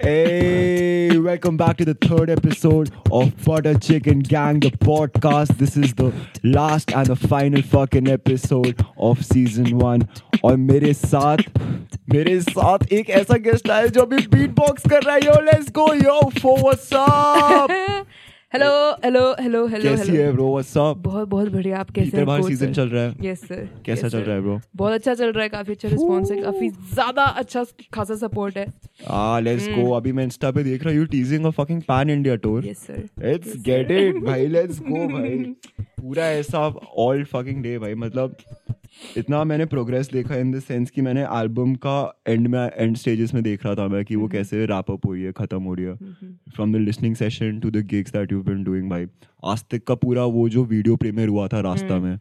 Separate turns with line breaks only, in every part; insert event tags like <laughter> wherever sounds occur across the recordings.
Hey, welcome back to the third episode of Butter Chicken Gang, the podcast. This is the last and the final fucking episode of season one. और मेरे साथ मेरे साथ एक ऐसा guest आया है जो अभी बीट बॉक्स कर रहा है yo let's go yo for what's
<laughs>
up
hello hello hello hello
कैसी है
हेलो
ब्रो व्हाट्स अप
बहुत बहुत बढ़िया आप कैसे
भीतर बाहर सीजन चल रहा है
यस सर
कैसा चल रहा है ब्रो
बहुत अच्छा चल रहा है काफी अच्छा रिस्पॉन्स है काफी ज्यादा अच्छा खासा सपोर्ट है
आ लेट्स गो Ah, अभी मैं इंस्टा पे देख रहा हूं you teasing a fucking pan India tour
yes sir
let's get it भाई लेट्स गो भाई पूरा ऐसा ऑल फकिंग डे भाई मतलब इतना मैंने प्रोग्रेस देखा इन द सेंस कि मैंने एल्बम का एंड में एंड स्टेजेस में देख रहा था मैं कि वो कैसे रैप अप हो रही है खत्म हो रही है from the listening session to the gigs that you been doing भाई आस्तिक का पूरा वो जो वीडियो प्रीमियर हुआ था रास्ता में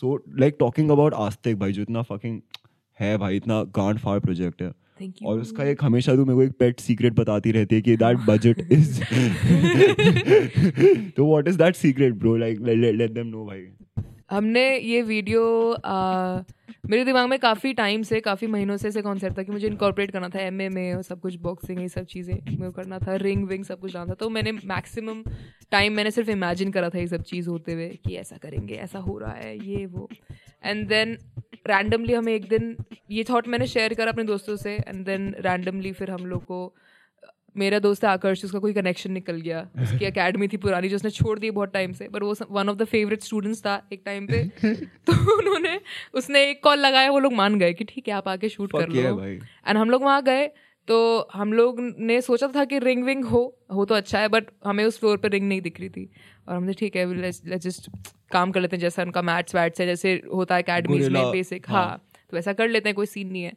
so like talking about Aastik भाई जो इतना फकिंग है भाई इतना गांड फाड़ प्रोजेक्ट है
थैंक
और उसका एक हमेशा तू मेरे को एक पेट सीक्रेट बताती रहती है कि दैट बजट इज <laughs> तो what is that secret bro like let them know भाई
हमने ये वीडियो आ, मेरे दिमाग में काफ़ी टाइम से काफ़ी महीनों से ऐसे कॉन्सेप्ट था कि मुझे इनकॉर्पोरेट करना था एम में और सब कुछ बॉक्सिंग ये सब चीज़ें मेरे को करना था रिंग विंग सब कुछ लाना था तो मैंने मैक्सिमम टाइम मैंने सिर्फ इमेजिन करा था ये सब चीज़ होते हुए कि ऐसा करेंगे ऐसा हो रहा है ये वो एंड देन रैंडमली हमें एक दिन ये थॉट मैंने शेयर करा अपने दोस्तों से एंड देन रैंडमली फिर हम लोग को मेरा दोस्त है आकर्ष उसका कोई कनेक्शन निकल गया
<laughs>
उसकी अकेडमी थी पुरानी जो उसने छोड़ दी बहुत टाइम से पर वो one of the favourite students था एक टाइम पे
<laughs>
तो उन्होंने उसने एक कॉल लगाया वो लोग मान गए कि ठीक है आप आके शूट कर
Fuck yeah,
लो <laughs>
भाई।
एंड हम लोग वहाँ गए तो हम लोग ने सोचा था कि रिंग विंग हो हो तो अच्छा है बट हमें उस फ्लोर पर रिंग नहीं दिख रही थी और हमने ठीक है जस्ट काम कर लेते हैं जैसा उनका मैट्स वैट्स है जैसे होता है अकेडमीज में
Gorilla,
बेसिक
हाँ।
हाँ तो वैसा कर लेते हैं कोई सीन नहीं है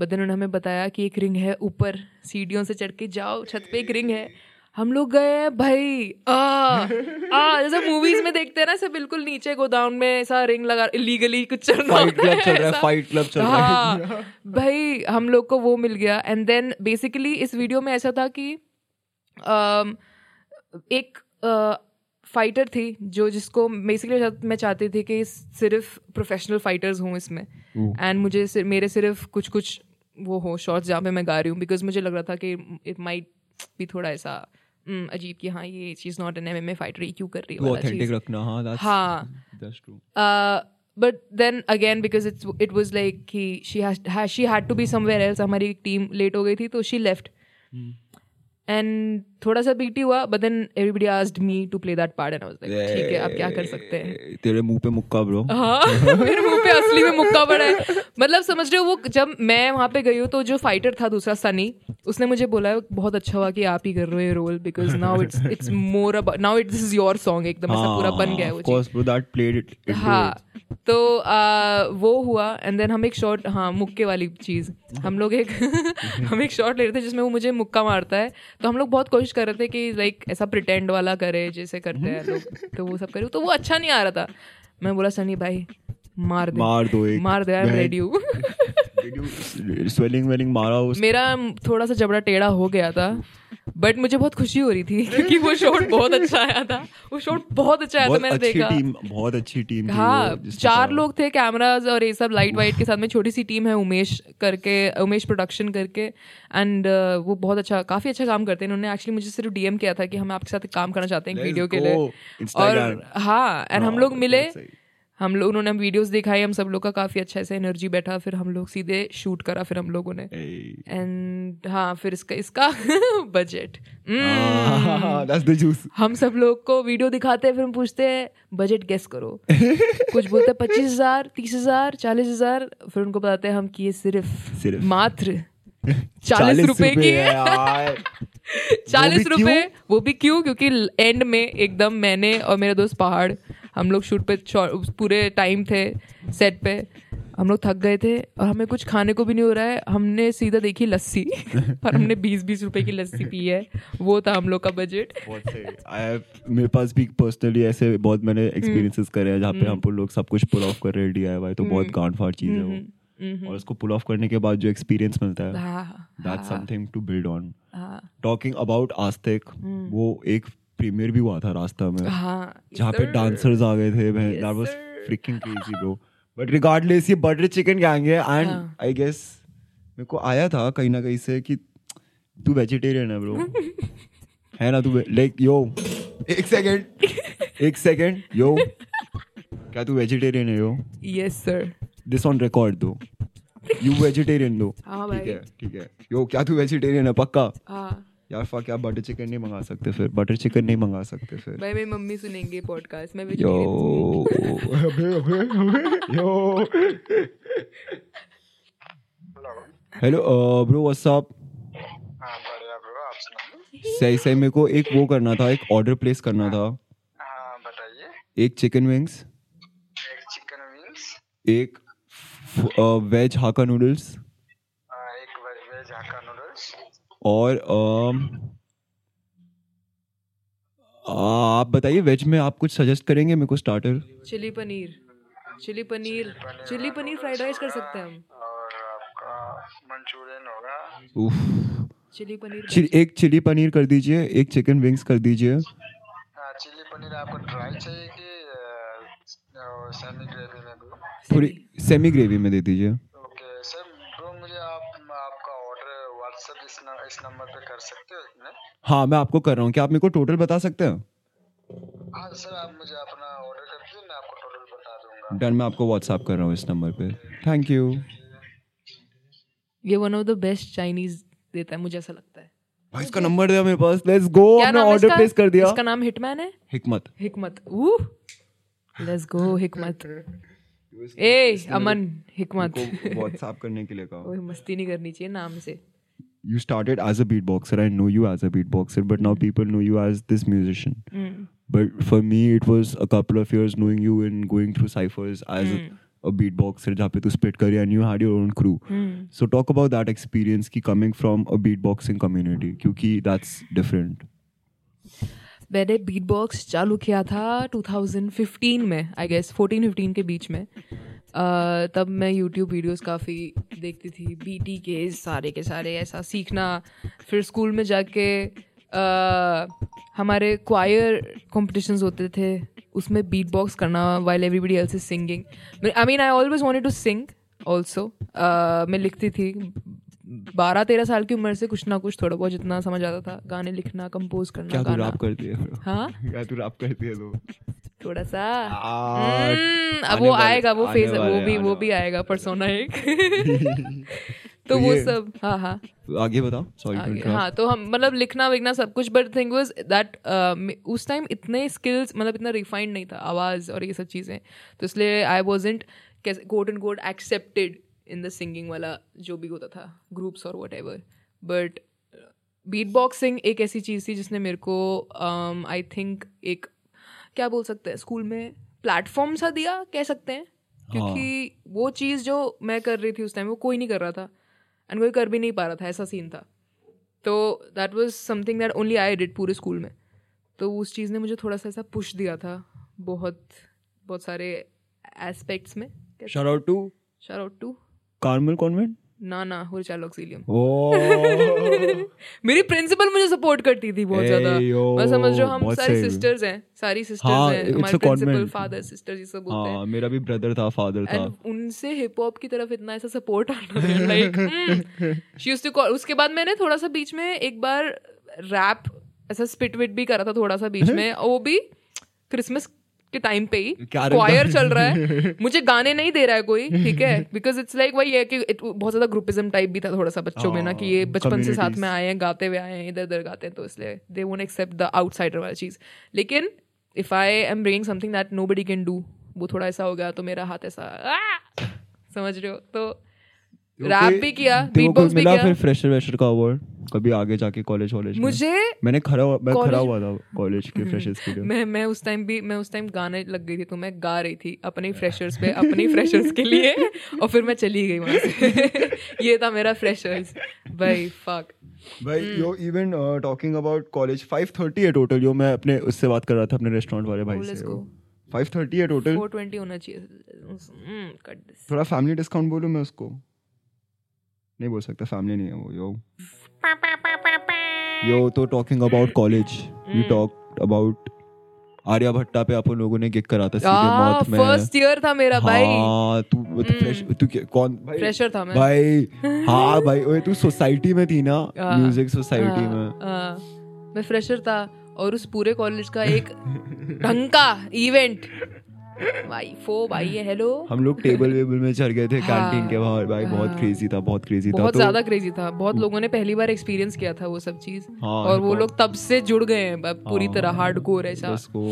बट उन्होंने हमें बताया कि एक रिंग है ऊपर सीढ़ियों से चढ़ के जाओ छत पे एक रिंग है हम लोग गए हैं भाई आ आ जैसे मूवीज में देखते हैं ना ऐसे बिल्कुल नीचे गोदाम में ऐसा रिंग लगा इलीगली कुछ चल रहा
Fight club
होता है,
चल रहा है,
ऐसा।
fight club चल रहा है। <laughs>
हाँ, भाई हम लोग को वो मिल गया एंड देन बेसिकली इस वीडियो में ऐसा था कि अम, एक फाइटर थी जो जिसको बेसिकली मैं चाहती थी कि सिर्फ प्रोफेशनल फाइटर्स हों इसमें एंड मुझे सिर- मेरे सिर्फ कुछ कुछ वो हो शॉर्ट्स जहाँ पे मैं गा रही हूँ बिकॉज मुझे लग रहा था कि इट माइट भी थोड़ा ऐसा हम्म, अजीब कि हाँ ये चीज़ not an M M A fighter ये क्यों कर रही है
वो
वाला
ऑथेंटिक
चीज़।
रखना हां दैट्स
हाँ
that's true
Uh, but then again because it's it was like कि she she had to be somewhere else हमारी टीम लेट हो गई थी तो शी लेफ्ट एंड थोड़ा सा बीटी हुआ but then everybody asked me to play that part and I was like ठीक है आप क्या कर सकते हैं
<laughs> तेरे मुंह पे मुक्का ब्रो
हाँ मेरे मुंह पे असली में मुक्का पड़ा है मतलब समझ रहे हो वो जब मैं वहां पे गई हूँ तो जो फाइटर था दूसरा सनी उसने मुझे बोला बहुत अच्छा हुआ कि आप ही कर रहे हो ये role because now it's it's more about now it is your song एकदम
हाँ,
ऐसा तो पूरा बन गया है वो
ऑफ
चीज़।
Course bro that played it
हाँ तो आ, वो हुआ एंड देन हम एक शॉट हाँ मुक्के वाली चीज़ हम लोग एक <laughs> हम एक शॉट ले रहे थे जिसमें वो मुझे मुक्का मारता है तो हम लोग बहुत कोशिश कर रहे थे कि लाइक ऐसा प्रिटेंड वाला करे जैसे करते हैं लोग तो वो सब करे तो वो अच्छा नहीं आ रहा था मैं बोला सनी भाई मार दे
मार दो एक
मार दे आई एम
बहन।
रेडी
स्वेलिंग वेलिंग मारा <laughs> उस
मेरा थोड़ा सा जबड़ा टेढ़ा हो गया था बट मुझे बहुत खुशी हो रही थी <laughs> क्योंकि वो शॉट बहुत अच्छा आया था वो शॉट बहुत अच्छा आया था
बहुत
मैंने
अच्छी
देखा
टीम बहुत अच्छी टीम थी
हाँ
वो, जिसके
चार
साथ-
लोग थे कैमराज और ये सब लाइट वाइट के साथ में छोटी सी टीम है उमेश करके उमेश प्रोडक्शन करके एंड वो बहुत अच्छा काफी अच्छा काम करते हैं इन्होंने एक्चुअली मुझे सिर्फ डीएम किया था कि हम आपके साथ एक काम करना चाहते हैं एक
Let's
वीडियो के
go.
लिए और
Instagram.
हाँ एंड हम
हाँ,
लोग
बहुत
मिले
सही।
हम लोग उन्होंने वीडियोस दिखाई हम सब लोग का काफी अच्छा ऐसे एनर्जी बैठा फिर हम लोग सीधे शूट करा फिर हम लोगों ने
Hey.
एंड हाँ फिर इसका इसका <laughs> budget
Ah, <laughs> that's the juice.
हम सब लोग को वीडियो दिखाते हैं फिर हम पूछते हैं बजट गेस करो
<laughs>
कुछ बोलते हैं पच्चीस हजार तीस हजार चालीस हजार फिर उनको बताते हैं हम किए सिर्फ
सिर्फ। <laughs>
मात्र चालीस रुपए की
है यार।
<laughs> चालीस
वो भी
रुपए वो भी क्यों क्योंकि एंड में एकदम मैंने और मेरा दोस्त पहाड़ हम लोग शूट पे शॉ- पूरे टाइम थे सेट पे हम लोग थक गए थे और हमें कुछ खाने को भी नहीं हो रहा है हमने सीधा
<laughs>
देखी लस्सी और हमने बीस बीस रुपए की लस्सी पी है वो था हम लोग का बजट
बहुत सही। I have- मेरे पास भी पर्सनली ऐसे बहुत मैंने
हम्म।
एक्सपीरियंसेस करे हैं जहाँ पे हम लोग सब कुछ पुल ऑफ कर रहे हैं डीआईवाई तो
हम्म।
बहुत गांड फाड़ चीज है वो और उसको पुल ऑफ करने के बाद जो एक्सपीरियंस मिलता है
हाँ
that's something to build on
हाँ
टॉकिंग अबाउट आस्तिक वो एक प्रीमियर भी हुआ था रास्ता में
हम्म। हाँ
जहाँ पे
sir.
डांसर्स आ गए थे
Yes,
that was
sir.
Freaking crazy bro but regardless ये बटर चिकन गैंग है एंड
हाँ।
आई गेस मेरे को आया था कहीं ना कहीं से कि तू वेजिटेरियन है ब्रो
<laughs>
है ना तू लाइक यो एक सेकंड एक सेकंड यो क्या तू वेजिटेरियन है yo
yes sir
this on record though you vegetarian though
हाँ
ठीक
भाई।
है ठीक है यो क्या तू वेजिटेरियन है पक्का
हाँ
यार फक यार बटर चिकन नहीं मंगा सकते फिर बटर चिकन नहीं मंगा सकते फिर
भाई मेरी मम्मी सुनेंगे पॉडकास्ट मैं
यो
vegetarian हूँ।
<laughs> अबे अबे अबे यो हेलो ब्रो व्हाट्स अप
हाँ बढ़िया ब्रो आप सुनाओ
सही सही मेरे को एक वो करना था एक ऑर्डर प्लेस करना था
हाँ बताइए
एक चिकन विंग्स
एक चिकन विंग्स
एक uh, वेज हाका नूडल्स
एक वे- वेज हाक्का नूडल्स
और um, अम, आप बताइए वेज में आप कुछ सजेस्ट करेंगे मेरे को starter
chilli paneer chilli paneer chilli paneer fried rice कर सकते हैं हम
और आपका मंचूरियन होगा
उफ
चिली पनीर
चिल, एक चिली पनीर कर दीजिए एक चिकन विंग्स कर दीजिए
हाँ चिली पनीर आपको ड्राई चाहिए कि सेमी ग्रेवी में ब्रो
थोड़ी सेमी ग्रेवी में दे दीजिए
ओके सर ब्रो मुझे आप आपका ऑर्डर व्हाट्सएप इस न, इस नंबर पे कर सकते हो इसमें
हाँ मैं आपको कर रहा हूँ क्या आप मेरे को टोटल बता सकते हैं
हाँ सर आप मुझे अपना ऑर्डर कर दीजिए मैं आपको टोटल बता दूंगा
डन मैं आपको व्हाट्सअप कर रहा हूँ इस नंबर पे थैंक यू
ये one of the best Chinese देता है मुझे ऐसा लगता है
भाई इसका नंबर दिया मेरे पास लेट्स गो
क्या
तो मैं
नाम है
ऑर्डर
इसका?
प्लेस कर दिया
इसका नाम हिटमैन है
हिकमत
हिकमत वूह लेट्स गो
<laughs>
हिकमत ए अमन हिकमत
व्हाट्सअप करने के लिए कहा
<laughs> ओए मस्ती नहीं करनी चाहिए नाम से
you started as a beatboxer i know you as a beatboxer but now people know you as this musician
Hmm.
but for me it was a couple of years knowing you and going through ciphers as
Hmm.
a, a beatboxer जहाँ पे तू spit करी and you had your own crew
Hmm.
so talk about that experience की coming from a beatboxing community क्योंकि that's different
मैंने beatbox चालू किया था 2015 में आई गेस 14 15 के बीच में अह, तब मैं यूट्यूब वीडियोस काफ़ी देखती थी बीटी के सारे के सारे ऐसा सीखना फिर स्कूल में जाके अह, हमारे क्वायर कॉम्पिटिशन्स होते थे उसमें बीटबॉक्स करना while everybody else is singing I mean I always wanted to sing also मैं लिखती थी बारह तेरह साल की उम्र से कुछ ना कुछ थोड़ा बहुत जितना समझ आता था गाने लिखना कंपोज करना
क्या तू
गाना
रैप करती है <laughs>
हाँ
क्या तू रैप करती है तो
थोड़ा सा
आ,
हम्म, Hmm, अब
आने
वो
वाले-
आएगा वो
आने
फेज वो
वाले-
भी
आने
वो भी
वाले।
आएगा परसोना
<laughs>
एक <laughs> तो
तो
वो
ये-
सब हाँ हाँ
आगे बताओ सॉरी
आगे, हाँ तो हम मतलब लिखना विखना सब कुछ but thing was that uh, उस टाइम इतने स्किल्स मतलब इतना रिफाइंड नहीं था आवाज़ और ये सब चीज़ें तो इसलिए आई वॉजेंट कैसे quote and quote accepted in the singing वाला जो भी होता था ग्रुप्स और whatever but beatboxing uh, एक ऐसी चीज़ थी जिसने मेरे को आई थिंक एक क्या बोल सकते हैं स्कूल में प्लेटफॉर्म सा दिया कह सकते हैं
हाँ।
क्योंकि वो चीज़ जो मैं कर रही थी उस टाइम वो कोई नहीं कर रहा था एंड कोई कर भी नहीं पा रहा था ऐसा सीन था तो that was something that only I did पूरे स्कूल में तो उस चीज़ ने मुझे थोड़ा सा ऐसा पुश दिया था बहुत बहुत सारे एस्पेक्ट्स में
shout out to
shout out to
Carmel convent
ना ना हो चाल ऑक्सीलियम
Oh।
<laughs>
ओ
मेरी प्रिंसिपल मुझे सपोर्ट करती थी बहुत ज्यादा
Oh। Hey, yo,
मैं समझ रहा हूँ हम
बहुत
सारी
सही।
सिस्टर्स हैं सारी सिस्टर्स
हाँ,
हैं
it's
हमारे
a convent.
Principal father sister ये सब होते हैं
हाँ मेरा भी ब्रदर था फादर था
एंड उनसे हिप हॉप की तरफ इतना ऐसा सपोर्ट आना hmm. Like she used to call उसके बाद मैंने थोड़ा सा बीच में एक बार रैप ऐसा स्पिट विट भी करा था थोड़ा सा बीच
<laughs>
में और वो भी क्रिसमस के टाइम पे ही
क्या रंग-
क्वायर चल रहा
<laughs>
है मुझे गाने नहीं दे रहा है कोई ठीक है बिकॉज इट्स लाइक वही है कि it- बहुत ज्यादा ग्रुपिज्म टाइप भी था थोड़ा सा बच्चों में ना कि ये
हाँ,
बचपन से साथ
communities.
में आए हैं गाते हुए आए हैं इधर उधर गाते हैं तो इसलिए they won't accept the outsider वाला चीज लेकिन if I am bringing something that nobody can do वो थोड़ा ऐसा हो गया तो मेरा हाथ ऐसा "Ah!" समझ रहे हो तो रैप भी किया
तेरे को
बीट बॉक्स भी
मिला फिर
किया
फ्रेशर वेशर का अवार्ड कभी आगे जाके कॉलेज वॉलेज
मुझे
मैंने खड़ा हुआ- मैं खड़ा
College- हम्म।
हुआ था कॉलेज के फ्रेशर्स के लिए
मैं मैं उस टाइम भी मैं उस टाइम गाने लग गई थी तो मैं गा रही थी अपने फ्रेशर्स पे अपने फ्रेशर्स के लिए और फिर मैं चली गई वहां से <laughs> ये था मेरा फ्रेशर्स भाई
<laughs>
फक
भाई
हम्म।
uh, yo even talking about college 5:30 है टोटल यो मैं अपने उससे बात कर रहा था अपने रेस्टोरेंट वाले भाई
Oh,
से
let's
yo.
go.
5:30 है टोटल
420 होना चाहिए हम्म, cut this.
थोड़ा फैमिली डिस्काउंट बोलूं मैं उसको नहीं बोल सकता फैमिली नहीं है वो यो
Hmm.
यो तो talking about college you talk about Aryabhatta पे आप उन लोगों ने गिग करा था सीधे
हाँ
मौत में
फर्स्ट ईयर था मेरा भाई
हाँ तू वो तो फ्रेश तू क्या- कौन भाई
फ्रेशर था मैं
भाई हाँ भाई ओए तू सोसाइटी में थी ना
हाँ,
म्यूजिक सोसाइटी
हाँ,
में
हाँ, मैं फ्रेशर था और उस पूरे कॉलेज का एक ढंग का इवेंट भाई फो भाई ये हेलो
हम लोग टेबल वेबल में चढ़ गए थे
हाँ,
कैंटीन के बाहर भाई बहुत
हाँ।
क्रेजी था बहुत क्रेजी था तो
बहुत ज्यादा क्रेजी था बहुत लोगों ने पहली बार एक्सपीरियंस किया था वो सब चीज
हाँ,
और वो
hip-hop।
लोग तब से जुड़ गए हैं अब पूरी
हाँ,
तरह हार्ड कोर ऐसा
बस को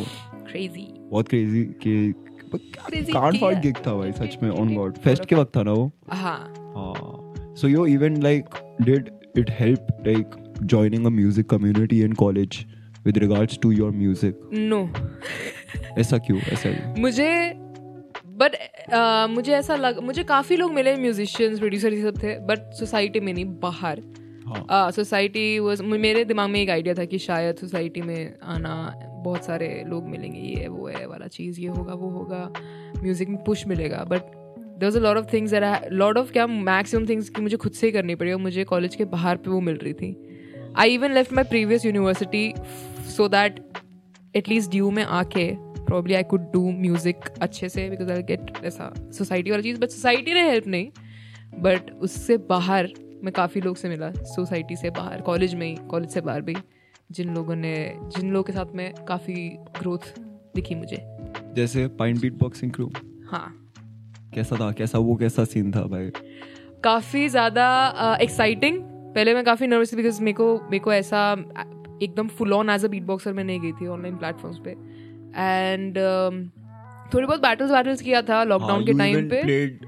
क्रेजी
बहुत क्रेजी के
Crazy
कांड
किया।
फाइट गिग था भाई सच में ऑन गॉड फेस्ट के वक्त था ना वो
हाँ
so yo event like did it help like joining a music community in college with regards to your music
no
ऐसा क्यों ऐसा क्यों?
मुझे बट मुझे ऐसा लग मुझे काफ़ी लोग मिले म्यूजिशियंस प्रोड्यूसर ये सब थे बट सोसाइटी में नहीं बाहर
हाँ।
Uh, सोसाइटी वॉज मेरे दिमाग में एक आइडिया था कि शायद सोसाइटी में आना बहुत सारे लोग मिलेंगे ये है, वो है वाला चीज़ ये होगा वो होगा म्यूज़िक में पुश मिलेगा but there a lot of things lot of क्या मैक्सिमम थिंग्स कि मुझे खुद से ही करनी पड़ी और मुझे कॉलेज के बाहर पे वो मिल रही थी I even left my previous university so that at least DU में आके probably I could do music अच्छे से बिकॉज आई गेट ऐसा सोसाइटी वाला चीज़ बट सोसाइटी ने हेल्प नहीं बट उससे बाहर मैं काफ़ी लोग से मिला सोसाइटी से बाहर कॉलेज में ही कॉलेज से बाहर भी जिन लोगों ने जिन लोगों के साथ में काफ़ी ग्रोथ दिखी मुझे
जैसे पाइन बीट बॉक्सिंग क्रू
हाँ
कैसा था कैसा वो कैसा सीन था भाई
काफ़ी ज़्यादा एक्साइटिंग पहले मैं काफ़ी नर्वस थी बिकॉज मेरे को मेरे को ऐसा अ, एकदम full on as a beatboxer मैं नहीं गई थी ऑनलाइन प्लेटफॉर्म्स पे एंड थोड़ी बहुत बैटल्स बैटल्स किया था
हाँ,
लॉकडाउन के टाइम पे
प्लेड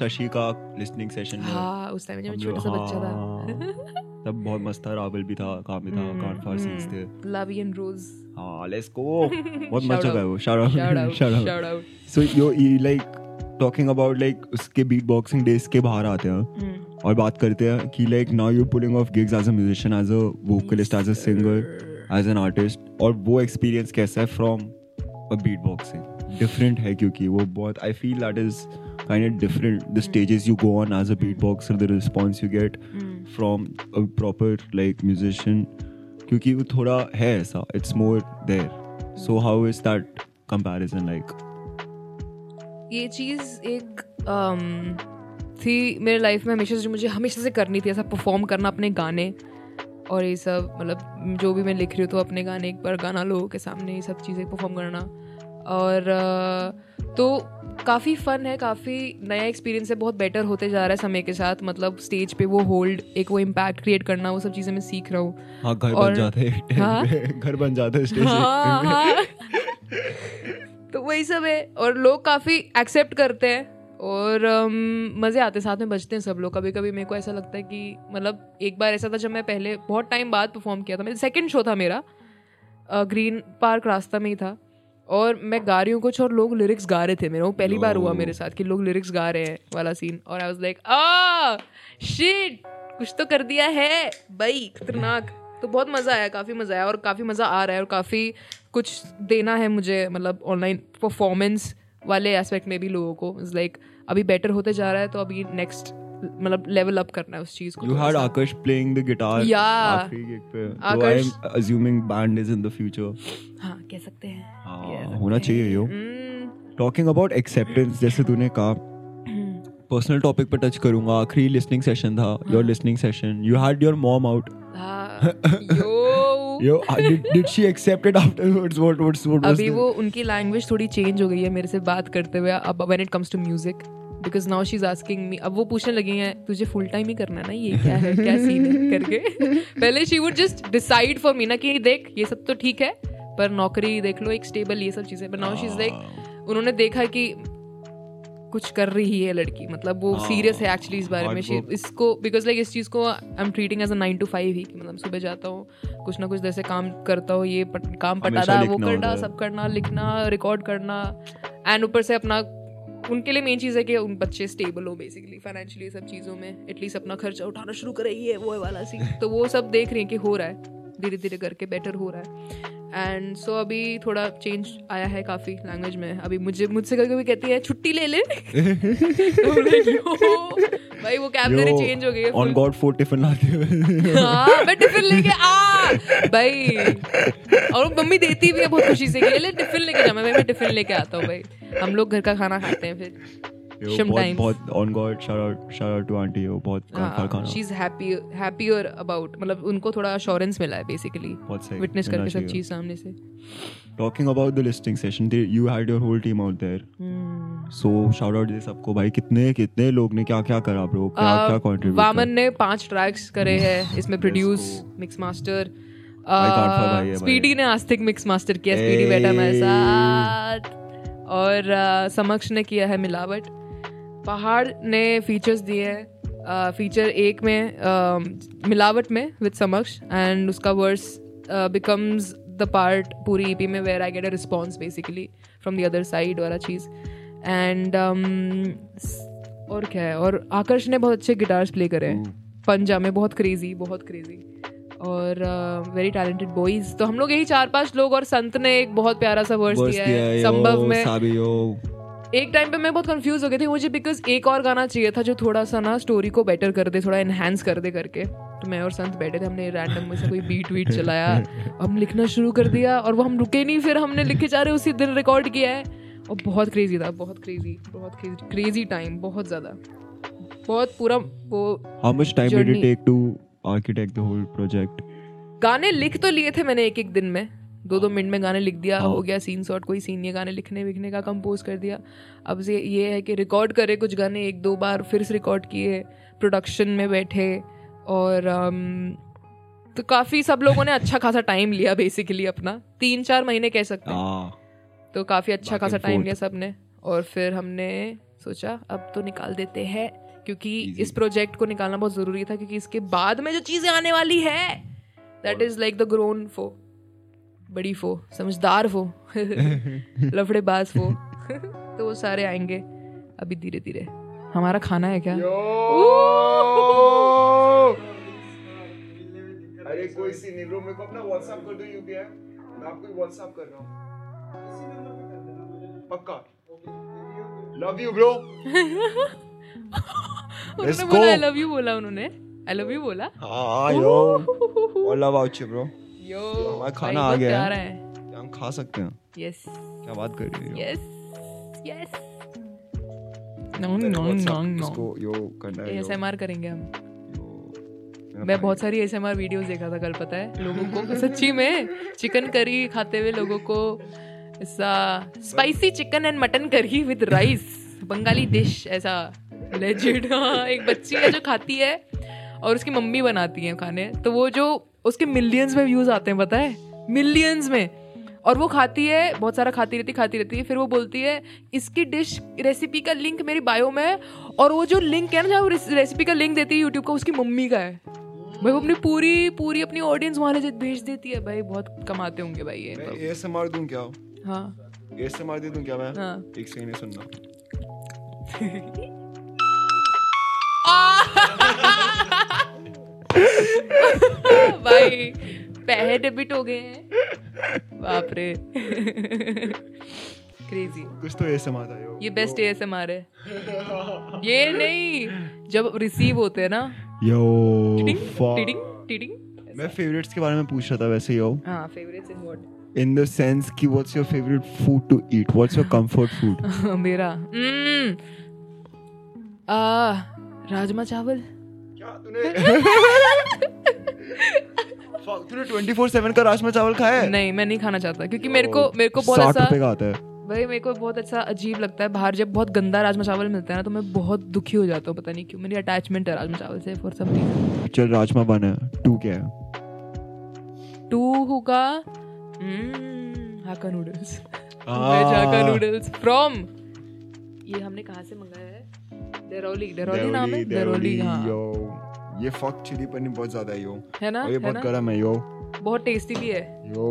शशि का लिसनिंग सेशन
हाँ उस टाइम जब मैं छोटा सा बच्चा
हाँ।
<laughs> था
तब बहुत मस्त था रावल भी था काम
<laughs>
भी था
हम्म,
कांड फार सीन्स थे
लव एंड रोज
हाँ लेट्स
<laughs>
गो बहुत
Shout
मजा
out.
है वो shout out
<laughs> shout out
shout out
shout out
so yo like talking about like उसके बीट बॉक्सिंग डेज के बाहर आते हैं
हम्म।
और बात करते हैं कि like now you pulling off gigs as a musician as a vocalist as a singer as an artist और वो एक्सपीरियंस कैसा है from a beatboxing different है क्योंकि वो बहुत I feel that is kind of different the stages you go on as a beatboxer the response you get
हम्म।
From a proper like musician क्योंकि वो थोड़ा है ऐसा it's more there so how is that comparison like
ये चीज़ एक अम, थी मेरे लाइफ में हमेशा से जो मुझे हमेशा से करनी थी ऐसा परफॉर्म करना अपने गाने और ये सब मतलब जो भी मैं लिख रही हूँ तो अपने गाने एक बार गाना लोगों के सामने ये सब चीज़ें परफॉर्म करना और अ, तो काफ़ी फन है काफ़ी नया एक्सपीरियंस है बहुत बेटर होते जा रहा है समय के साथ मतलब स्टेज पे वो होल्ड एक वो इम्पैक्ट क्रिएट करना वो सब चीज़ें मैं सीख रहा हूँ
हाँ घर
और-
बन जाते हैं एक time
हाँ?
पे, <laughs> घर बन जाते <laughs> हैं स्टेज
हाँ, हाँ। तो वही सब है और लोग काफी एक्सेप्ट करते हैं और अम, मजे आते हैं साथ में बजते हैं सब लोग कभी कभी मेरे को ऐसा लगता है कि मतलब एक बार ऐसा था जब मैं पहले बहुत टाइम बाद परफॉर्म किया था मेरा सेकंड शो था मेरा ग्रीन पार्क रास्ता में ही था और मैं गा रही हूँ कुछ और लोग लिरिक्स गा रहे थे मेरे वो पहली बार हुआ
No.
मेरे साथ कि लोग लिरिक्स गा रहे हैं वाला सीन और I was like ah shit "Ah, कुछ तो कर दिया है भाई खतरनाक तो बहुत मज़ा आया काफ़ी मज़ा आया और काफ़ी मज़ा आ रहा है और काफ़ी कुछ देना है मुझे मतलब ऑनलाइन परफॉर्मेंस वाले एस्पेक्ट में भी लोगों को इज़ लाइक अभी बेटर होते जा रहा है तो अभी नेक्स्ट मतलब लेवल अप करना है उस चीज़ को
You
थोड़ा
had
सा।
Akash playing the guitar.
Yeah.
आखिरी gig पे. So
Akash-
I'm assuming band is in the future.
हाँ कह सकते हैं
हाँ, होना चाहिए यो.
Hmm.
Talking about acceptance, जैसे तूने कहा. पर्सनल टॉपिक पे टच करूंगा आखिरी लिसनिंग सेशन था your listening session you had your mom out
हाँ, <laughs> yo.
Yo did she accepted afterwards what what's what was
अभी वो उनकी लैंग्वेज थोड़ी चेंज हो गई है मेरे से बात करते हुए अब when it comes to music because now she is asking me अब वो पूछने लगी हैं तुझे फुल टाइम ही करना है ना ये क्या है क्या सीन है करके पहले she would just decide for me ना कि देख ये सब तो ठीक है पर नौकरी देख लो एक स्टेबल ये सब चीजें but now she is like उन्होंने देखा कि कुछ कर रही है लड़की मतलब वो
हाँ,
सीरियस है एक्चुअली इस बारे में
hard
She-
work.
इसको बिकॉज लाइक इस चीज़ को I am treating as a nine to five ही कि मतलब सुबह जाता हूँ कुछ ना कुछ जैसे काम करता हूँ ये पट, काम
हमेशा
पटाना वो
लिखना होता
करना
है।
सब करना लिखना रिकॉर्ड करना एंड ऊपर से अपना उनके लिए मेन चीज़ है कि उन बच्चे स्टेबल हो बेसिकली फाइनेंशियली सब चीज़ों में एटलीस्ट अपना खर्चा उठाना शुरू करे ये वो वाला सीन तो वो सब देख रही है कि हो रहा है धीरे धीरे करके बेटर हो रहा है एंड सो so, अभी थोड़ा चेंज आया है काफ़ी <laughs> लैंग्वेज में अभी मुझे मुझसे कभी कभी कहती है छुट्टी ले ले I'm like, "Yo, तो भाई वो कैबलरी चेंज हो गई है
on
full।
God for tiffin लाते
<laughs>
हुए
हाँ मैं टिफिन लेके आ भाई और वो मम्मी देती भी है बहुत खुशी से कि ले टिफिन लेके जा मैं मैं टिफिन लेके आता हूँ भाई हम लोग घर का खाना खाते हैं फिर
यो, बहुत बहुत on God shout out shout out to aunty वो बहुत का-
समटाइम्स
खाना
she is happy happier about मतलब उनको थोड़ा अश्योरेंस मिला है बेसिकली
बहुत सही
विटनेस
मिलना
करके सब
चाहिए।
चीज सामने से
talking about the listing session you had your whole team out there
Hmm.
So shout out दे सबको भाई कितने कितने लोग ने क्या क्या करा ब्रो क्या
Uh,
क्या कंट्रीब्यूट
वामन ने पांच ट्रैक्स करे हैं इसमें प्रोड्यूस मिक्स मास्टर
कान्फा भाई है भाई।
स्पीडी Uh, ने आस्तिक मिक्स मास्टर किया स्पीडी बैठा हमारे
ए।
साथ और uh, समक्ष ने किया है मिलावट पहाड़ ने फीचर्स दिए हैं फीचर एक में uh, मिलावट में विद समक्ष एंड उसका वर्स बिकम्स द पार्ट पूरी ईपी में where I get a response basically from the other side वाला चीज़ एंड और क्या है और आकर्ष ने बहुत अच्छे गिटार्स प्ले करे हैं पंजा में बहुत क्रेजी बहुत क्रेजी और वेरी टैलेंटेड बॉयज तो हम लोग यही चार पांच लोग और संत ने एक बहुत प्यारा सा वर्स दिया है संभव में
साबियो
एक टाइम पे मैं बहुत कंफ्यूज हो गई थी मुझे बिकॉज एक और गाना चाहिए था जो थोड़ा सा ना स्टोरी को बेटर कर दे थोड़ा एनहेंस कर दे करके तो मैं और संत बैठे थे हमने रैंडम में से कोई बीट वीट चलाया हम लिखना शुरू कर दिया और वो हम रुके नहीं फिर हमने लिखे जा रहे उसी दिन रिकॉर्ड किया है और बहुत क्रेजी था बहुत क्रेजी बहुत क्रेजी टाइम बहुत ज़्यादा बहुत पूरा वो
how much time did it
Journey.
Take to architect the whole project
गाने लिख तो लिए थे मैंने एक एक दिन में दो दो मिनट में गाने लिख दिया
हाँ।
हो गया सीन शॉट कोई सीन ये गाने लिखने विखने का कंपोज कर दिया अब से ये है कि रिकॉर्ड करे कुछ गाने एक दो बार फिर से रिकॉर्ड किए प्रोडक्शन में बैठे और अम, तो काफ़ी सब लोगों ने अच्छा खासा टाइम लिया बेसिकली अपना तीन चार महीने कह सकते हैं
Ah.
तो काफ़ी अच्छा
Back and
खासा टाइम
forth.
लिया सबने और फिर हमने सोचा अब तो निकाल देते हैं क्योंकि
Easy.
इस प्रोजेक्ट को निकालना बहुत ज़रूरी था क्योंकि इसके बाद में जो चीज़ें आने वाली है that is like the grown फो बड़ी फो समझदार
<laughs>
फो लफड़ेबाज फो <laughs> तो वो सारे आएंगे अभी धीरे धीरे हमारा खाना है क्या
अरे कोई सी नहीं ब्रो मेरे को अपना व्हाट्सएप कर दो यूपीआई मैं आपको व्हाट्सएप कर रहा हूं पक्का लव यू ब्रो
उन्होंने
Let's
बोला
go.
आई लव यू बोला उन्होंने आई लव यू बोला
हां
<laughs>
यो all about you bro
yo
हमारा
भाई,
खाना आ
बहुत
गया है।
प्यारा है
हम खा सकते हैं
यस
क्या बात कर रही हो
Yes. Yes. No, no,
WhatsApp
no,
इसको
no.
यो करना है यो,
ASMR करेंगे हम
यो।
मैं बहुत सारी ASMR वीडियोस देखा था कल पता है लोगों को सच्ची में चिकन करी खाते हुए लोगों को ऐसा spicy chicken and mutton curry with rice Bengali dish ऐसा लेजिड हाँ एक बच्ची है जो खाती है और उसकी मम्मी बनाती है खाने तो वो जो उसके मिलियंस में व्यूज आते हैं पता है मिलियंस में और वो खाती है बहुत सारा खाती रहती खाती रहती है फिर वो बोलती है इसकी डिश रेसिपी का लिंक मेरी बायो में है और वो जो लिंक है ना जहाँ वो रेस- रेसिपी का लिंक देती है यूट्यूब का उसकी मम्मी का है भाई वो अपनी पूरी पूरी अपनी ऑडियंस वहाँ ले जा- भेज देती है भाई बहुत कमाते होंगे भाई ये
मैं एएसएमआर दूं क्या
हाँ
एएसएमआर दे दूं क्या मैं
हाँ
एक सेकंड में सुनना
भाई पैसे डेबिट हो गए हैं बाप रे क्रेजी
कुछ तो एएसएमआर था यो
ये बेस्ट एएसएमआर है ये नहीं जब रिसीव होते हैं ना
यो
टिडिंग
Oh, fuck.
टिडिंग टिडिंग
मैं फेवरेट्स के बारे में पूछ रहा था वैसे यो
हाँ favourites in what
in the sense कि what's your favourite food to eat what's your comfort food
<laughs> <laughs> मेरा हम्म आ राजमा चावल
क्या
<laughs>
तूने Fuck, तूने 24/7 का राजमा चावल खाया है
नहीं मैं नहीं खाना चाहता क्योंकि मेरे को मेरे को बहुत
60
ऐसा
रुपए का आता है
भाई मेरे को बहुत अच्छा अजीब लगता है बाहर जब बहुत गंदा राजमा चावल मिलता है ना तो मैं बहुत दुखी हो जाता हूँ पता नहीं क्यों मेरी अटैचमेंट है राजमा चावल से फॉर सम रीजन
चल राजमा बना है टू क्या है
टू होगा हम्म, hakka noodles veg hakka
Ah.
Noodles from ये हमने कहाँ से मंगाया है देरौली देरौली नाम है देरौली हाँ
यो ये फक चिली पनीर बहुत ज्यादा है यो
है ना
और ये
है
बहुत
ना
गर्म है यो
बहुत टेस्टी भी है
यो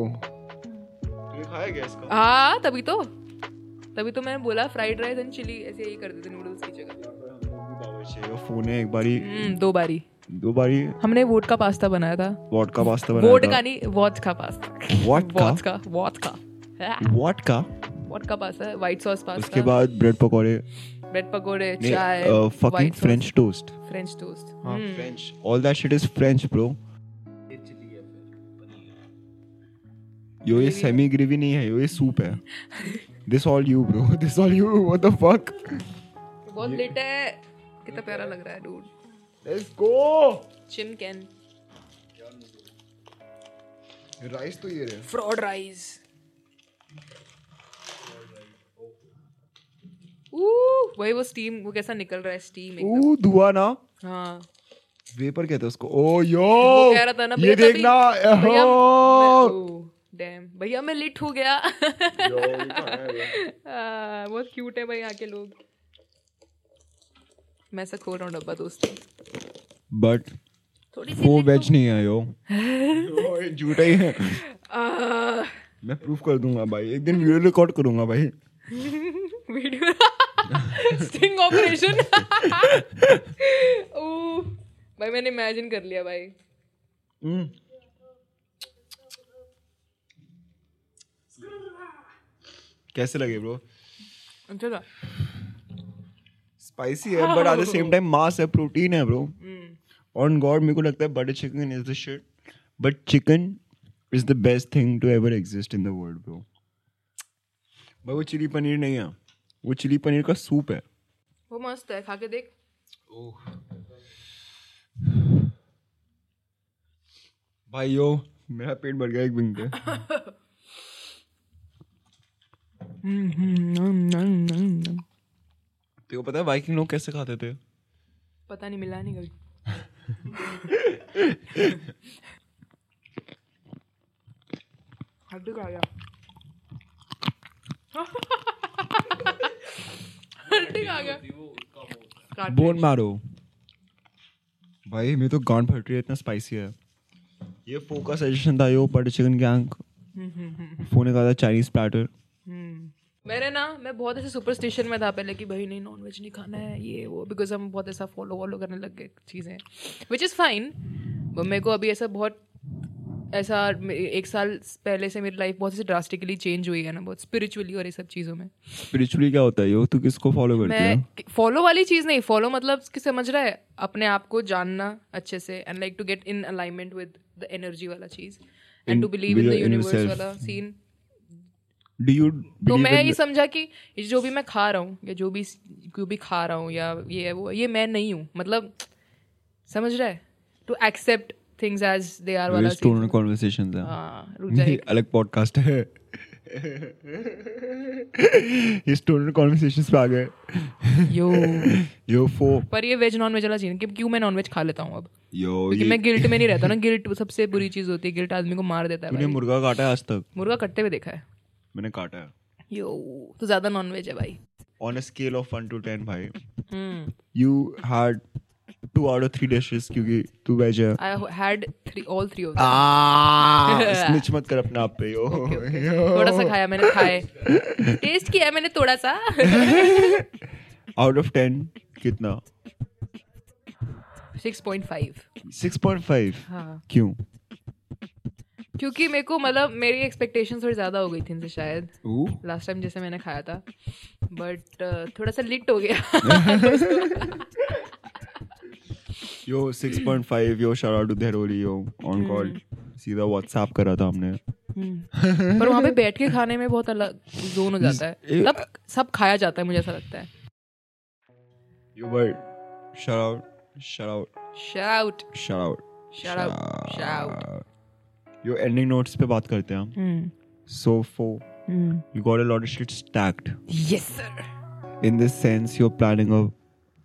तूने खाया क्या इसका
हाँ तभी तो तभी तो मैंने बोला फ्राइड राइस एंड चिली ऐसे यही कर देते नूडल्स की जगह
यो फोन है एक बारी
हम्म, दो बारी
दो बारी
हमने वोट का पास्ता बनाया था
वॉट का पास्ता
वोट
बनाया
का नहीं vodka pasta
Vodka?
Vodka vodka Ah,
था vodka
vodka pasta white sauce pasta
उसके बाद ब्रेड पकौड़े
ब्रेड पकोड़े चाय
नहीं uh, fucking French toast
French toast
हाँ French all that shit is French bro yo ये semi gravy नहीं है यो ये सूप है this all you <laughs> bro this all you what the fuck
बहुत लेट है कितना प्यारा लग रहा है dude
let's go
chicken
rice तो ये रहे
फ्रॉड राइस Ooh, वही वो स्टीम वो कैसा निकल रहा है स्टीम एकदम
ओ धुआं ना
हाँ
वेपर कहते हैं उसको ओ यो
वो कह रहा था ना
Oh, ये
भैया तभी-
देखना
भैया
ओह।
डैम भैया मैं लिट हो गया <laughs>
यो, ये कहाँ है ये?
आ, <laughs> बहुत क्यूट है भाई यहाँ के लोग मैं ऐसा खोल रहा हूँ डब्बा दोस्तों
बट
थोड़ी सी
वो
lit
वेज नहीं है
<laughs>
यो ओए, झूठा ही है
हो- आ,
मैं प्रूफ कर दूंगा भाई एक दिन वीडियो रिकॉर्ड करूंगा भाई
<laughs> वीडियो स्टिंग ऑपरेशन <laughs> ओह भाई मैंने इमेजिन कर लिया भाई
Mm. कैसे लगे ब्रो
अच्छा था
स्पाइसी है but at the same time मांस है प्रोटीन है ब्रो
हम्म,
ऑन गॉड मेरे को लगता है butter chicken is the shit but chicken is the best thing to ever exist in the world bro भाई वो चिली पनीर नहीं है वो चिली पनीर का सूप है
वो मस्त है खा के देख
भाई यो मेरा पेट भर गया एक बिंग पे
हम्म,
तेरे को पता है वाइकिंग लोग कैसे खाते थे
पता नहीं मिला नहीं कभी हड्डी खा गया हड्डी खा गया काट
बोन मारो भाई मेरे तो गांड फट रही है इतना स्पाइसी है ये फोका सजेशन था यो बटर चिकन के आंक फोन का था चाइनीज प्लेटर
हम्म। मेरे ना मैं बहुत ऐसे सुपरस्टिशन में था पहले कि भाई नहीं नॉनवेज नहीं खाना है ये वो बिकॉज हम बहुत ऐसा फॉलो वॉलो करने लग गए चीज़ें विच इज़ फाइन बट मेरे को अभी ऐसा बहुत ऐसा मे- एक साल पहले से मेरी लाइफ बहुत ऐसे ड्रास्टिकली चेंज हुई है ना बहुत स्पिरिचुअली और ये सब चीज़ों में
स्पिरिचुअली क्या होता है यो तू किसको फॉलो करती है
मैं फॉलो वाली चीज़ नहीं फॉलो मतलब कि समझ रहा है अपने आप को जानना अच्छे से and like to get in alignment with the energy वाला चीज़ and
In-
to believe
with
in the
your inner
universe
self.
वाला सीन
डू यू
तो
बिलीव
मैं
इन
ये समझा कि ये जो भी मैं खा रहा हूँ या जो भी जो भी खा रहा हूँ या ये है वो है, ये मैं नहीं हूँ मतलब समझ रहा है to accept things as they are वाला
रेस्टोरेंट कॉन्वर्सेशंस है
हाँ रुक
ये
जाए
<laughs> अलग पॉडकास्ट है ये स्टूडेंट कॉन्वर्सेशंस पे आ गए
यो
यो फो
पर ये वेज नॉन वेज वाला सीन क्यों क्यों मैं नॉन वेज खा लेता हूँ अब
यो
क्योंकि
ये
मैं गिल्ट में नहीं रहता ना गिल्ट सबसे बुरी चीज़ होती है गिल्ट आदमी को मार देता है
तूने
भाई।
मुर्गा काटा है आज तक
मुर्गा कटते हुए देखा है
मैंने काटा है
यो तो ज़्यादा नॉन वेज है भाई hmm,
on a scale of 1 to 10 भाई
I
you had two out of three dishes क्योंकि तू वेज है
had three all three of
snitch मत कर अपने आप पे यो
थोड़ा सा खाया मैंने
<laughs>
खाए टेस्ट किया मैंने थोड़ा सा <laughs>
<laughs> आउट ऑफ टेन कितना
6.5
6.5
हाँ
क्यों
क्योंकि मेरे को मतलब मेरी एक्सपेक्टेशन थोड़ी ज़्यादा हो गई थी इनसे शायद लास्ट टाइम जैसे मैंने खाया था बट थोड़ा सा लिट हो
<laughs>
गया
yo 6.5 yo shout out to देहरोली yo on
Hmm.
call सीधा व्हाट्सएप करा था हमने
पर वहाँ पे बैठ के खाने में बहुत अलग जोन हो जाता है
ये-
मतलब सब खाया जाता है मुझे ऐसा लगता है
yo but shout out shout out
shout
shout out
Shout out, shout.
Yo ending notes पे बात करते हैं हम
Hmm.
सो फो you got a lot of shit stacked
yes sir
in this sense you're planning a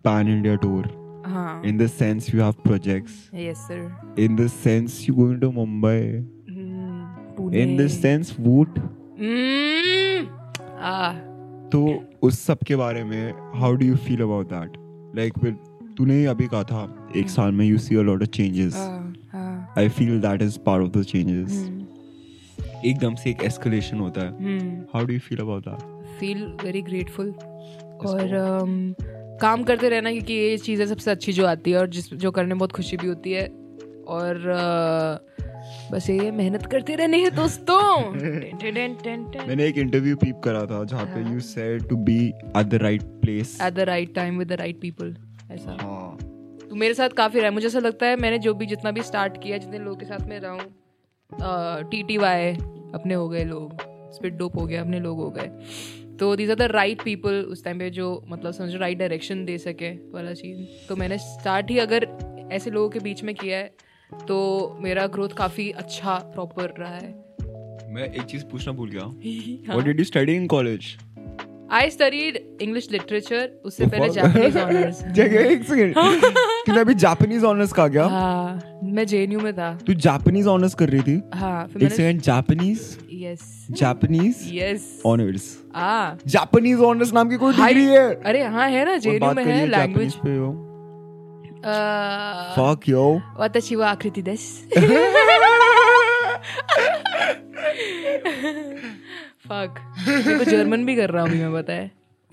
pan india tour
हाँ
in this sense you have projects
yes sir
in this sense you're going to mumbai
Hmm, Pune
in this sense woot
hmm, Hmm. आ
तो उस सब के बारे में how do you feel about that like with तूने ही अभी कहा था एक साल में you see a lot of changes
आ, आ
I feel that is part of the changes एकदम से एक escalation होता है
हम्म
how do you feel about that
feel very grateful और um, काम करते रहना क्योंकि ये चीज़ें सबसे अच्छी जो आती है और जिस जो करने में बहुत खुशी भी होती है और uh, बस ये है, मेहनत करते रहने है दोस्तों टिन, टिन, टिन, टिन, टिन।
मैंने एक इंटरव्यू पीप करा था जहाँ पे you said to be at the right place
at the right time with the right people ऐसा
हाँ,
तो मेरे साथ काफी रहा है मुझे ऐसा लगता है मैंने जो भी जितना भी स्टार्ट किया जितने लोगों के साथ मैं रहा हूँ टी टी वाई अपने हो गए लोग स्पिट डोप हो गया अपने लोग हो गए तो these are the right people उस टाइम पे जो मतलब समझो राइट डायरेक्शन दे सके वाला चीज़ तो मैंने स्टार्ट ही अगर ऐसे लोगों के बीच में किया है तो मेरा ग्रोथ काफ़ी अच्छा प्रॉपर रहा है
मैं एक चीज पूछना भूल गया व्हाट
हाँ।
Did you study in college
I studied English literature उससे तो पहले <laughs>
<laughs>
जापानीज ऑनर्स
जगह एक सेकंड तूने अभी जापानीज ऑनर्स का गया
हाँ मैं जे में था
तू जापानीज ऑनर्स कर रही थी
हाँ
एक
फिर मैंने
second Japanese
yes
Japanese
yes
honours
आ
जापानीज ऑनर्स नाम की कोई
हाई-
डिग्री है
Ah. अरे हाँ है ना जे
और बात
में
करिए
है हाँ।
जापानीज
लैंग्वेज
पे हो फक
<laughs>
यो
वाताशी वा आकृति देश फक मेरे को जर्मन भी कर रहा हूँ अभी मैं बताए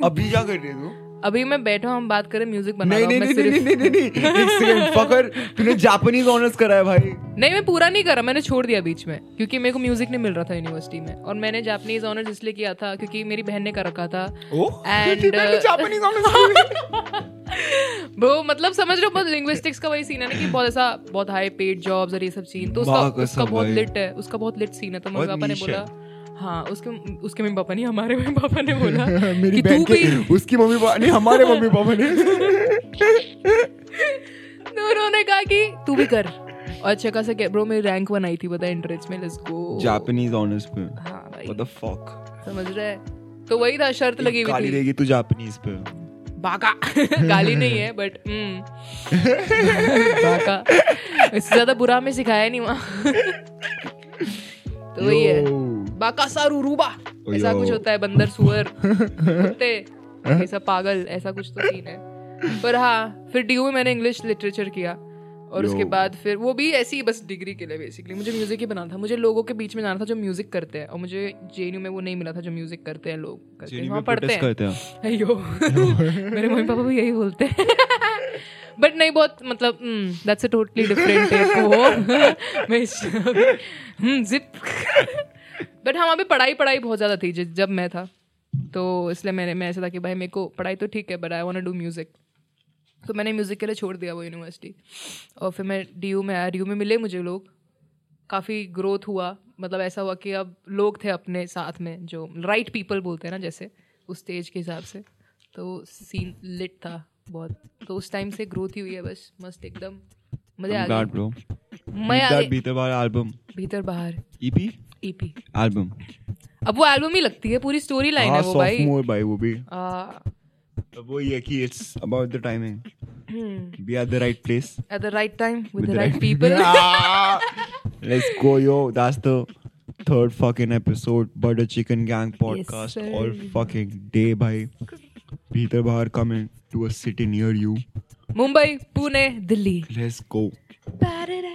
अभी क्या कर रही है तू
अभी मैं बैठा हूँ हम बात करें म्यूजिक बना
नहीं
रहा
नहीं
हूँ मैं
नहीं नहीं
सिर्फ
नहीं नहीं नहीं एक
<laughs>
सेकंड फकर तूने जापानीज ऑनर्स करा है भाई
नहीं मैं पूरा नहीं करा मैंने छोड़ दिया बीच में क्योंकि मेरे को म्यूजिक नहीं मिल रहा था यूनिवर्सिटी में और मैंने जापानीज ऑनर्स इसलिए किया था क्योंकि मेरी बहन ने कर रखा था
ओ <laughs>
And, uh,
जापानीज ऑनर्स
वो मतलब समझ रहे हो बहुत लिंग्विस्टिक्स का वही सीन है ना कि बहुत ऐसा बहुत हाई पेड जॉब्स और ये सब सीन तो उसका
वाह कसम
उसका बहुत
भाई।
लिट है उसका बहुत लिट सीन है तो मम्मी
बहुत
पापा ने
niche
बोला हाँ उसके उसके मम्मी पापा नहीं हमारे मम्मी पापा ने बोला
<laughs> मेरी
कि
बहन
तू भी
के उसकी मम्मी पापा नहीं हमारे मम्मी पापा ने
तो उन्होंने कहा कि तू भी कर और अच्छा खासा ब्रो मेरी रैंक वन आई थी बता एंट्रेंस में let's go
Japanese honours Oh. पे
हाँ भाई
व्हाट द फक
समझ रहा है तो वही था शर्त लगी
गाली
हुई थी
देगी तू जापानीज पे
बाका <laughs> गाली नहीं है बट <laughs> बाका इससे ज्यादा बुरा हमें सिखाया नहीं वहाँ <laughs> तो वही है
Yo.
बाका सारू रूबा
ओ
ऐसा
यो।
कुछ होता है बंदर सुअर कुत्ते ऐसा पागल ऐसा कुछ तो सीन है पर हाँ फिर डी में मैंने इंग्लिश लिटरेचर किया और उसके
यो।
बाद फिर वो भी ऐसी ही बस डिग्री के लिए बेसिकली मुझे म्यूजिक ही बनाना था मुझे लोगों के बीच में जाना था जो म्यूजिक करते हैं और मुझे जे में वो नहीं मिला था जो म्यूजिक करते हैं लोग करते हैं
JNU में
वहाँ पढ़ते
protest
हैं
करते हैं
अयो मेरे मम्मी पापा भी यही बोलते हैं बट नहीं बहुत मतलब that's a totally different take वो मैं हम्म, जिप बट हाँ वहाँ पे पढ़ाई पढ़ाई बहुत ज़्यादा थी जि- जब मैं था तो इसलिए मैंने मैं ऐसा था कि भाई मेरे को पढ़ाई तो ठीक है but I want to do music तो मैंने म्यूज़िक के लिए छोड़ दिया वो यूनिवर्सिटी और फिर मैं डी में आया डी में मिले मुझे लोग काफ़ी ग्रोथ हुआ मतलब ऐसा हुआ कि अब लोग थे अपने साथ में जो राइट पीपल बोलते हैं ना जैसे उस स्टेज के हिसाब से तो सीन लिट था बहुत तो उस टाइम से ग्रोथ ही हुई है बस मस्त एकदम मजे आ
I'm glad,
गए
bro.
मैं
Keep
आ
that
गई
Beat the Bar album.
भीतर बाहर
EP?
EP
Album.
अब वो एल्बम ही लगती है पूरी स्टोरी लाइन है
हाँ,
वो भाई
sophomore भाई वो भी.
आ,
तब वो ये कि it's about the timing. Be at the right place
hmm, at the right time with,
with
the, right, people.
Ah! Let's go, yo. That's the third fucking episode. Butter Chicken Gang podcast
sir.
all fucking day, bhai. Peter Bahar coming to a city near you.
<laughs> Mumbai Pune Delhi
Let's go.